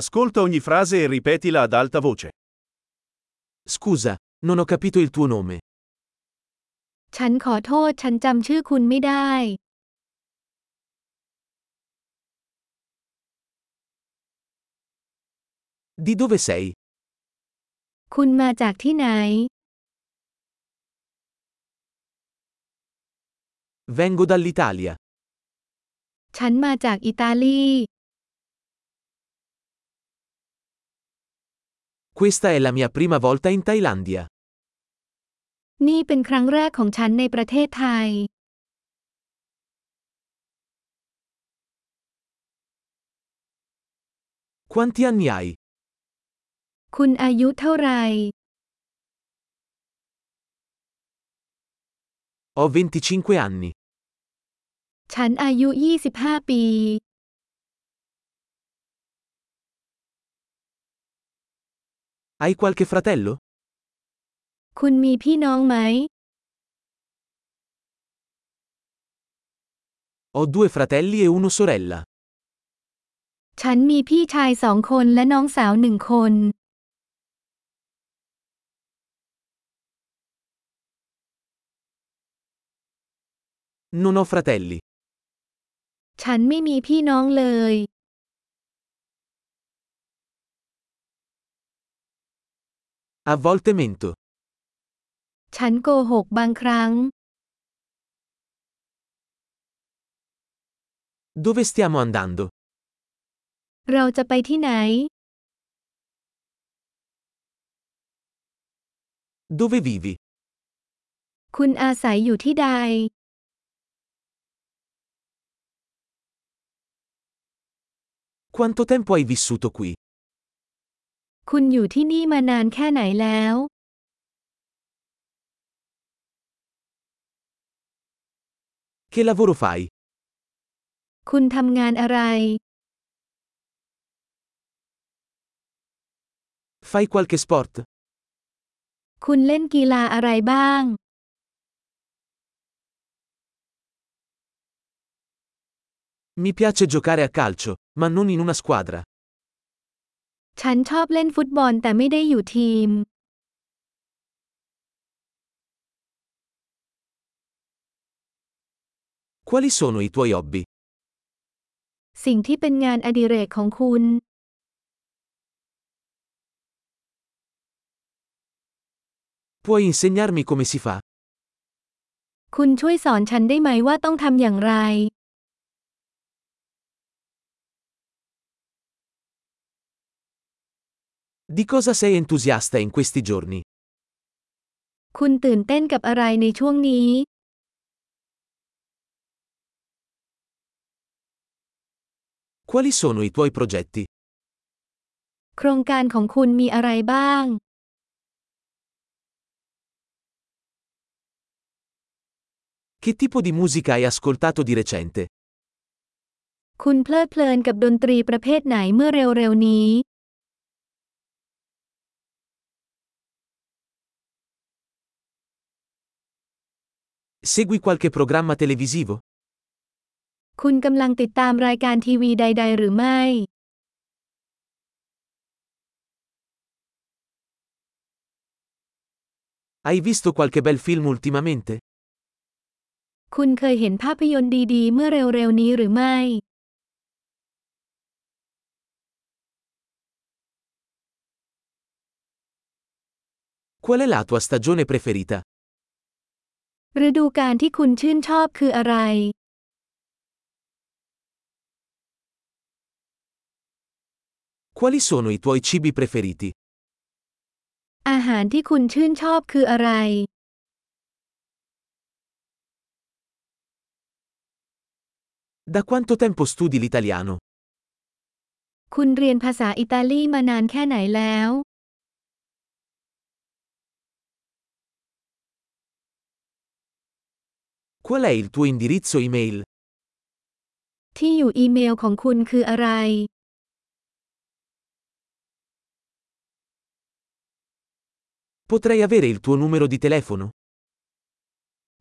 Ascolta ogni frase e ripetila ad alta voce. Scusa, non ho capito il tuo nome. ฉันขอโทษฉันจำชื่อคุณไม่ได้ Di dove sei? คุณมาจากที่ไหน Vengo dall'Italia. ฉันมาจากอิตาลี Questa è la mia prima volta in Thailandia. นี่เป็นครั้งแรกของฉันในประเทศไทย Quanti anni hai? คุณอายุเท่าไหร่ Ho 25 anni. ฉันอายุ 25 ปี Hai qualche fratello? คุณมีพี่น้องไหม Ho due fratelli e una sorella. ฉันมีพี่ชายสองคนและน้องสาวหนึ่งคน Non ho fratelli. ฉันไม่มีพี่น้องเลย A volte mento. ฉันโกหกบางครั้ง Dove stiamo andando? เราจะไปที่ไหน Dove vivi? คุณอาศัยอยู่ที่ใด Quanto tempo hai vissuto qui? คุณอยู่ที่นี่มานานแค่ไหนแล้ว Che lavoro fai? คุณทำงานอะไร Fai qualche sport? คุณเล่นกีฬาอะไรบ้าง Mi piace giocare a calcio, ma non in una squadra. ฉันชอบเล่นฟุตบอลแต่ไม่ได้อยู่ทีม Quali sono i tuoi hobby? สิ่งที่เป็นงานอดิเรกของคุณ Puoi insegnarmi come si fa? คุณช่วยสอนฉันได้ไหมว่าต้องทำอย่างไร Di cosa sei entusiasta in questi giorni? คุณตื่นเต้นกับอะไรในช่วงนี้ Quali sono i tuoi progetti? โครงการของคุณมีอะไรบ้าง Che tipo di musica hai ascoltato di recente? คุณเพลิดเพลินกับดนตรีประเภทไหนเมื่อเร็วๆนี้ Segui qualche programma televisivo? คุณกำลังติดตามรายการทีวีใด ๆ หรือไม่ Hai visto qualche bel film ultimamente? คุณเคยเห็นภาพยนตร์ดีๆ เมื่อเร็วๆนี้หรือไม่ Qual è la tua stagione preferita? ฤดูกาลที่คุณชื่นชอบคืออะไร Quali sono i tuoi cibi preferiti? อาหารที่คุณชื่นชอบคืออะไร Da quanto tempo studi l'italiano? คุณเรียนภาษาอิตาลีมานานแค่ไหนแล้ว Qual è il tuo indirizzo email? ที่อยู่อีเมลของคุณคืออะไร Potrei avere il tuo numero di telefono?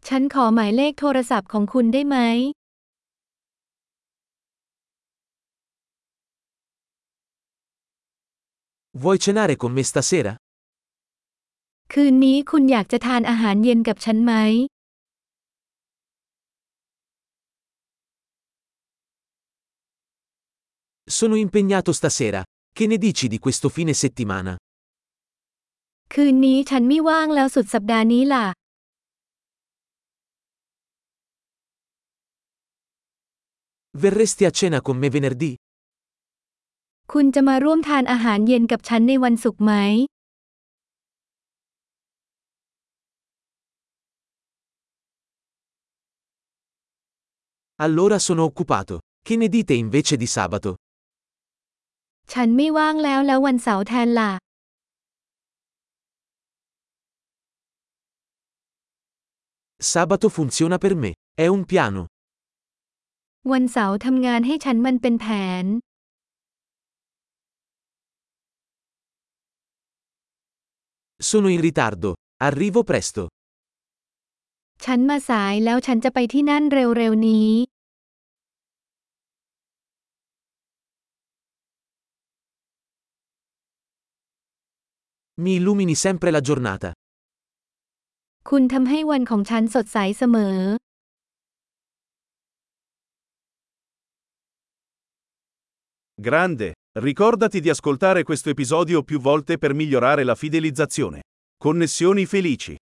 ฉันขอหมายเลขโทรศัพท์ของคุณได้ไหม Vuoi cenare con me stasera? คืนนี้คุณอยากจะทานอาหารเย็นกับฉันไหม Sono impegnato stasera. Che ne dici di questo fine settimana? คืนนี้ฉันไม่ว่างแล้วสุดสัปดาห์นี้ล่ะ Verresti a cena con me venerdì? คุณจะมาร่วมทานอาหารเย็นกับฉันในวันศุกร์ไหม Allora sono occupato. Che ne dite invece di sabato? ฉันไม่ว่างแล้วแล้ววันเสาร์แทนล่ะ Sabato funziona per me. È un piano. วันเสาร์ทำงานให้ฉันมันเป็นแผน Sono in ritardo. Arrivo presto. ฉันมาสายแล้วฉันจะไปที่นั่นเร็วๆนี้ Mi illumini sempre la giornata. คุณทำให้วันของฉันสดใสเสมอ Grande! Ricordati di ascoltare questo episodio più volte per migliorare la fidelizzazione. Connessioni felici.